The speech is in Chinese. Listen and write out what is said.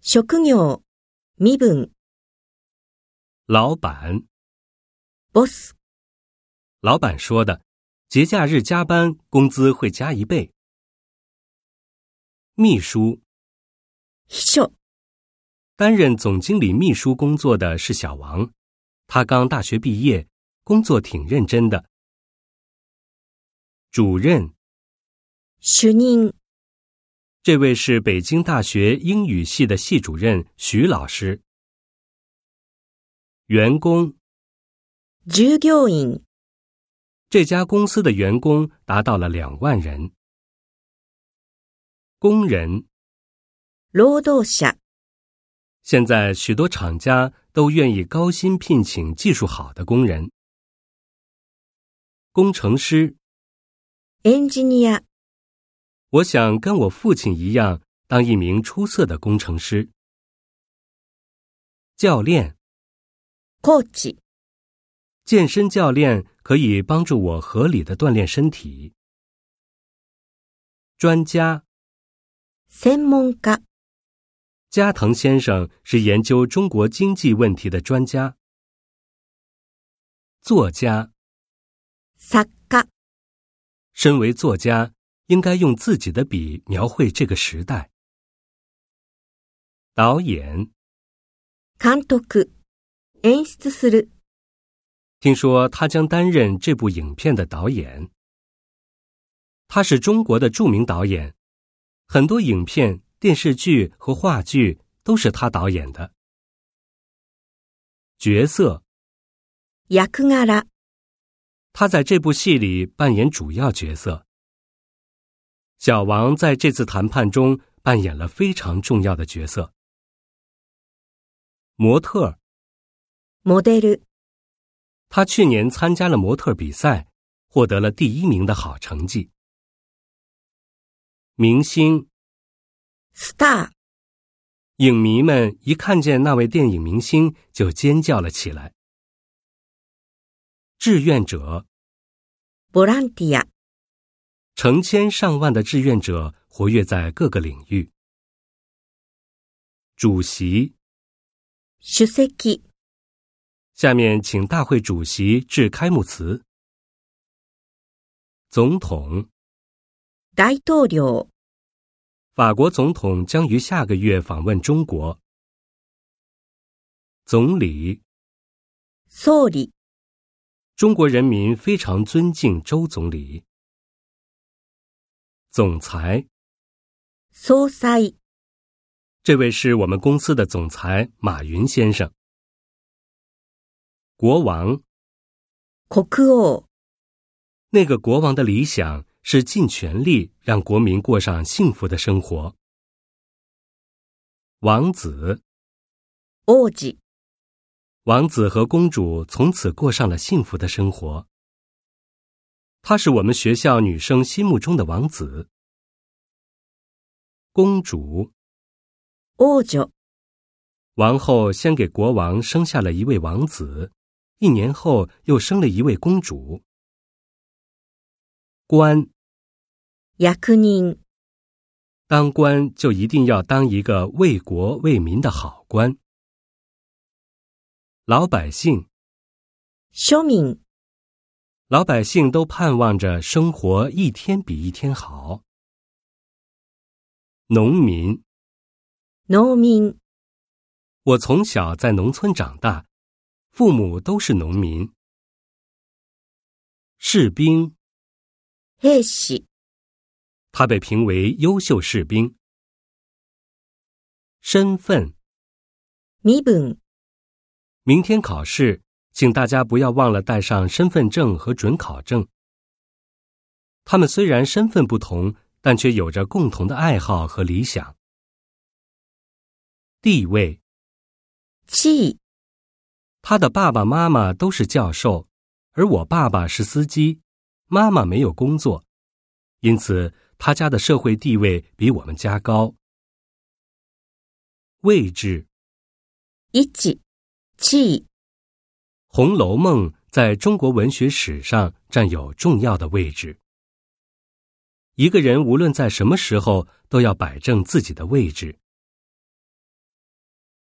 職業、身分、老板，ボス、老板说的，节假日加班工资会加一倍。秘书，秘書、担任总经理秘书工作的是小王，他刚大学毕业，工作挺认真的。主任，主任、这位是北京大学英语系的系主任徐老师。员工，従業員、这家公司的员工达到了两万人。工人，労働者、现在许多厂家都愿意高薪聘请技术好的工人。工程师，エンジニア、我想跟我父亲一样，当一名出色的工程师。教练，コーチ、健身教练可以帮助我合理的锻炼身体。专家専門家、加藤先生是研究中国经济问题的专家。作家，作家、身为作家，应该用自己的笔描绘这个时代。导演，監督、演出する、听说他将担任这部影片的导演。他是中国的著名导演，很多影片、电视剧和话剧都是他导演的。角色，役柄、他在这部戏里扮演主要角色。小王在这次谈判中扮演了非常重要的角色。模特儿，モデル、他去年参加了模特比赛，获得了第一名的好成绩。明星，スター、影迷们一看见那位电影明星就尖叫了起来。志愿者，ボランティア、成千上万的志愿者活跃在各个领域。主席，主席、下面请大会主席致开幕词。总统，大統領、法国总统将于下个月访问中国。总理，総理、中国人民非常尊敬周总理。总裁，総裁、这位是我们公司的总裁马云先生。国王，国王、那个国王的理想是尽全力让国民过上幸福的生活。王子，王子、王子和公主从此过上了幸福的生活。他是我们学校女生心目中的王子。公主，王女、王后先给国王生下了一位王子，一年后又生了一位公主。官，役人、当官就一定要当一个为国为民的好官。老百姓，庶民、老百姓都盼望着生活一天比一天好。农民，農民、我从小在农村长大，父母都是农民。士兵，兵士、他被评为优秀士兵。身份，身分、明天考试，请大家不要忘了带上身份证和准考证。他们虽然身份不同，但却有着共同的爱好和理想。地位，地位、他的爸爸妈妈都是教授，而我爸爸是司机，妈妈没有工作，因此他家的社会地位比我们家高。位置，位置、地位、 《红楼梦》在中国文学史上占有重要的位置。一个人无论在什么时候，都要摆正自己的位置。